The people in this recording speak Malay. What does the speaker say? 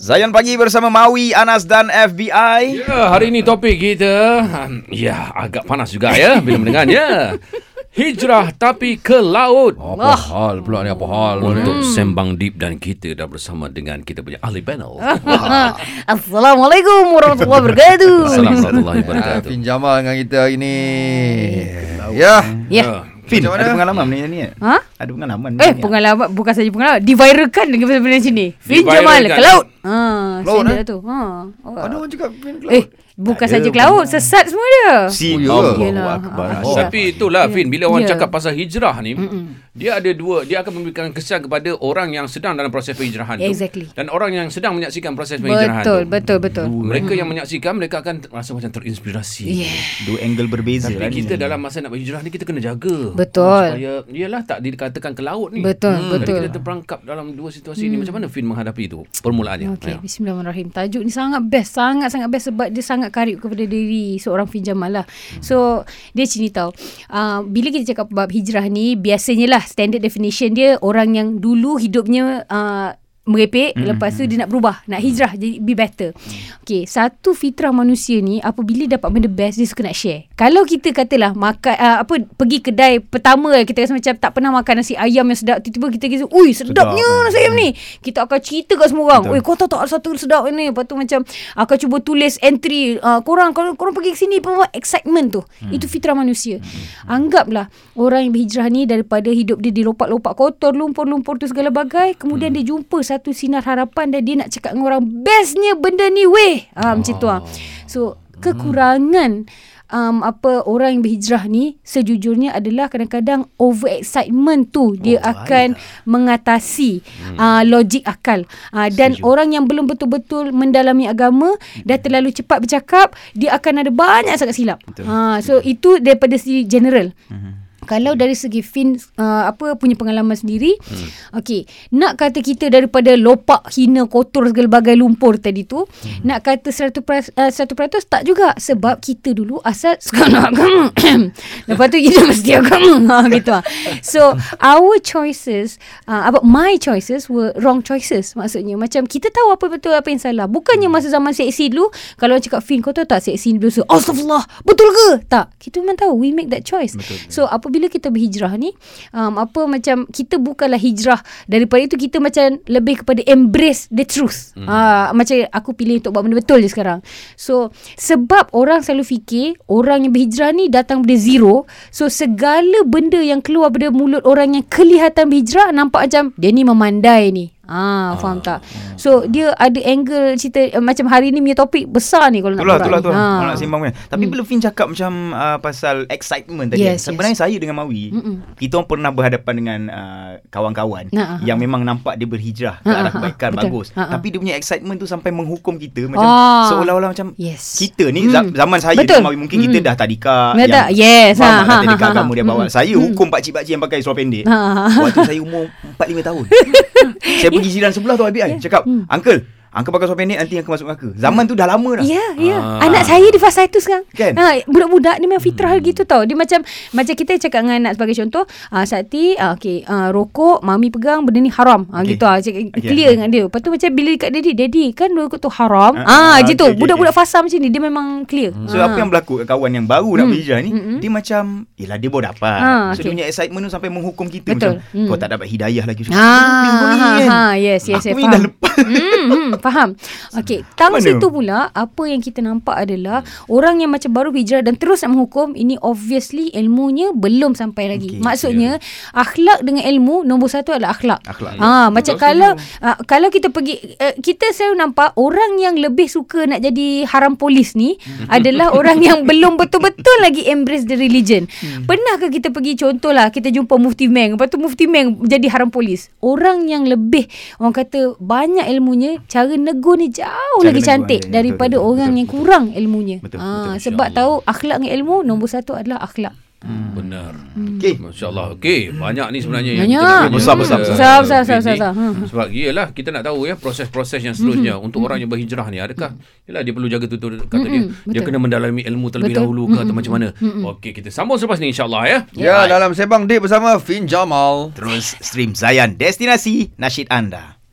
Zayan pagi bersama Maui, Anas dan FBI. Ya, hari ini topik kita hmm, ya agak panas juga ya bila mendengar ya. Hijrah tapi ke laut. Hmm. Apa hal pula ni apa hal pula ni? Untuk sembang deep dan kita dah bersama dengan kita punya Oh, ahli panel. Ah. Assalamualaikum warahmatullahi wabarakatuh. Assalamualaikum warahmatullahi Ah, wabarakatuh. Fin Jamal dengan kita hari ni. Ya. Ya. Fin, Macam mana? ada pengalaman ni ni. Ha? Ada pengalaman. Eh, ni. pengalaman bukan saja pengalaman, diviralkan dengan benda-benda sini. Fin Diviralkan. Jamal ke laut. Ha, Laut, laut eh? tu. Ha. Oh. Ada orang cakap Fin Club. Eh, bukan saja ke laut, sesat semua dia. Oh, Si ya. Allah Yelah. Akbar. Ah, Oh, Asal. tapi itulah Fin bila orang Ya. cakap pasal hijrah ni dia ada dua dia akan memberikan kesan kepada orang yang sedang dalam proses penghijrahan tu Exactly. dan orang yang sedang menyaksikan proses penghijrahan Betul, tu. betul, betul. Ya. Mereka yang menyaksikan mereka akan rasa macam terinspirasi. Yeah. Dua angle berbeza Tapi lah ni. kita dalam masa nak berhijrah ni kita kena jaga. Betul. Supaya ialah tak dikatakan ke laut ni. Hmm. Betul, Jadi betul. Hmm. kita terperangkap dalam dua situasi ni macam mana Fin menghadapi tu permulaannya. Ya. Okey, bismillahirrahmanirrahim. Tajuk ni sangat best, sangat-sangat best sebab dia sangat karib kepada diri seorang Fin Jamal lah. So, dia sini tau. Uh, bila kita cakap bab hijrah ni, biasanya lah standard definition dia orang yang dulu hidupnya uh, merepek mm-hmm. lepas tu dia nak berubah nak hijrah jadi be better Okay satu fitrah manusia ni apabila dapat benda best dia suka nak share kalau kita katalah makan uh, apa pergi kedai pertama kita rasa macam tak pernah makan nasi ayam yang sedap tiba-tiba kita kata ui sedapnya Sedap. nasi ayam ni kita akan cerita kat semua orang Oi, Betul. kau tahu tak ada satu sedap ni Lepas tu macam Akan cuba tulis entry uh, Korang Kalau korang pergi ke sini Apa excitement tu hmm. Itu fitrah manusia hmm. Anggaplah Orang yang berhijrah ni Daripada hidup dia Dilopak-lopak kotor Lumpur-lumpur tu segala bagai Kemudian hmm. dia jumpa Satu sinar harapan Dan dia nak cakap dengan orang Bestnya benda ni weh ha, Macam tu lah So Kekurangan um, apa orang yang berhijrah ni sejujurnya adalah kadang-kadang over excitement tu dia Oh, akan mengatasi hmm. uh, logik akal uh, dan Setuju. Hmm. orang yang belum betul-betul mendalami agama dah terlalu cepat bercakap dia akan ada banyak sangat silap Betul. Hmm. uh, so itu daripada segi general kalau dari segi fin uh, apa punya pengalaman sendiri hmm. okey nak kata kita daripada lopak hina kotor segala bagai lumpur tadi tu hmm. nak kata 100% uh, 100% tak juga sebab kita dulu asal suka nak agama lepas tu kita mesti agama ha, gitu ah so our choices uh, about my choices were wrong choices maksudnya macam kita tahu apa betul apa yang salah bukannya masa zaman seksi dulu kalau orang cakap fin kau tahu tak seksi dulu so astagfirullah betul ke tak kita memang tahu we make that choice betul. So apabila kita berhijrah ni um, apa macam kita bukanlah hijrah daripada itu kita macam lebih kepada embrace the truth. Hmm. Uh, macam aku pilih untuk buat benda betul je sekarang. So sebab orang selalu fikir orang yang berhijrah ni datang dari zero. So segala benda yang keluar dari mulut orang yang kelihatan berhijrah nampak macam dia ni memandai ni. Ah, faham tak? So dia ada angle cerita uh, macam hari ni punya topik besar ni kalau nak Itulah, borak itulah, ni. itulah. Ha. Ha. Nak sembang kan. Tapi bila Fin cakap macam uh, pasal excitement tadi. Yes, sebenarnya saya dengan Mawi, Mm-mm. kita orang pernah berhadapan dengan uh, kawan-kawan Nah, ah, yang memang nampak dia berhijrah ke Ah, arah ah, kebaikan betul. bagus. Ah, ah. Tapi dia punya excitement tu sampai menghukum kita macam Ah. seolah-olah macam Yes. kita ni za- Mm. zaman saya Betul. dengan Mawi mungkin kita Mm-mm. dah tadika Ya, tak? Yes, ha, faham tak, dah ha, tadika ha, ha. agama dia bawa. Mm-mm. Saya hukum pakcik-pakcik yang pakai seluar pendek. Ha, ha, ha. Waktu saya umur 4-5 tahun Saya pergi jiran sebelah tu ABI Cakap Hmm. Uncle Uncle pakai seluar pendek Nanti akan masuk neraka Zaman tu dah lama dah Ya, ya. Ah. Anak saya di fasa itu sekarang. lah. Kan? Ha, budak-budak ni memang fitrah hmm. gitu tau. Dia macam macam kita cakap dengan anak sebagai contoh, ah Sakti, ah okey, ah rokok mami pegang benda ni haram. Ah Okey. gitu ah cakap Okey. clear dengan dia. Lepas tu macam bila dekat daddy, daddy kan rokok tu haram. Ah, Ah, ah, je tu. okey, okey, Budak-budak fasa macam ni dia memang clear. So Ah. Hmm. apa yang berlaku kat kawan yang baru nak berhijrah ni Mm-mm. Dia macam Yelah dia baru dapat Ha, So okey. dia punya excitement tu sampai menghukum kita Betul. Macam Mm. kau tak dapat hidayah lagi Macam, Ha, "Kau ni ha, kan? ha, yes, yes, Aku yes, ni faham. dah lepas hmm, hmm, faham. Okey, Mana? tangsa tu pula apa yang kita nampak adalah orang yang macam baru hijrah dan terus nak menghukum ini obviously ilmunya belum sampai lagi. Okey, Maksudnya akhlak dengan ilmu nombor satu adalah akhlak. Akhlak. Ah, macam kalau ah, kalau kita pergi uh, kita selalu nampak orang yang lebih suka nak jadi haram polis ni Hmm. adalah orang yang belum betul-betul lagi embrace the religion. Hmm. Pernah ke kita pergi contohlah kita jumpa mufti Meng, lepas tu mufti Meng jadi haram polis. Orang yang lebih orang kata banyak ilmunya, cara negur ni jauh Cara lagi negur cantik dia, betul, daripada betul, orang betul. yang kurang ilmunya. Betul, Ah, betul, sebab tahu akhlak dengan ilmu nombor satu adalah akhlak. Hmm. Hmm. Benar. Okay Masya-Allah. Okey, banyak ni sebenarnya yang Banyak. kita nak tanya Besar, besar, pada besar. Besar, besar, Fin besar, ni. besar, besar. Hmm. Sebab iyalah kita nak tahu ya proses-proses yang seterusnya untuk orang yang berhijrah ni adakah yalah dia perlu jaga tutur kata dia. Dia Hmm, betul. kena mendalami ilmu terlebih Betul. Hmm, dahulu ke atau macam mana. Okey, kita sambung selepas ni insya-Allah ya. Ya, dalam sembang date bersama Fin Jamal. Terus stream Zayan Destinasi Nasyid Anda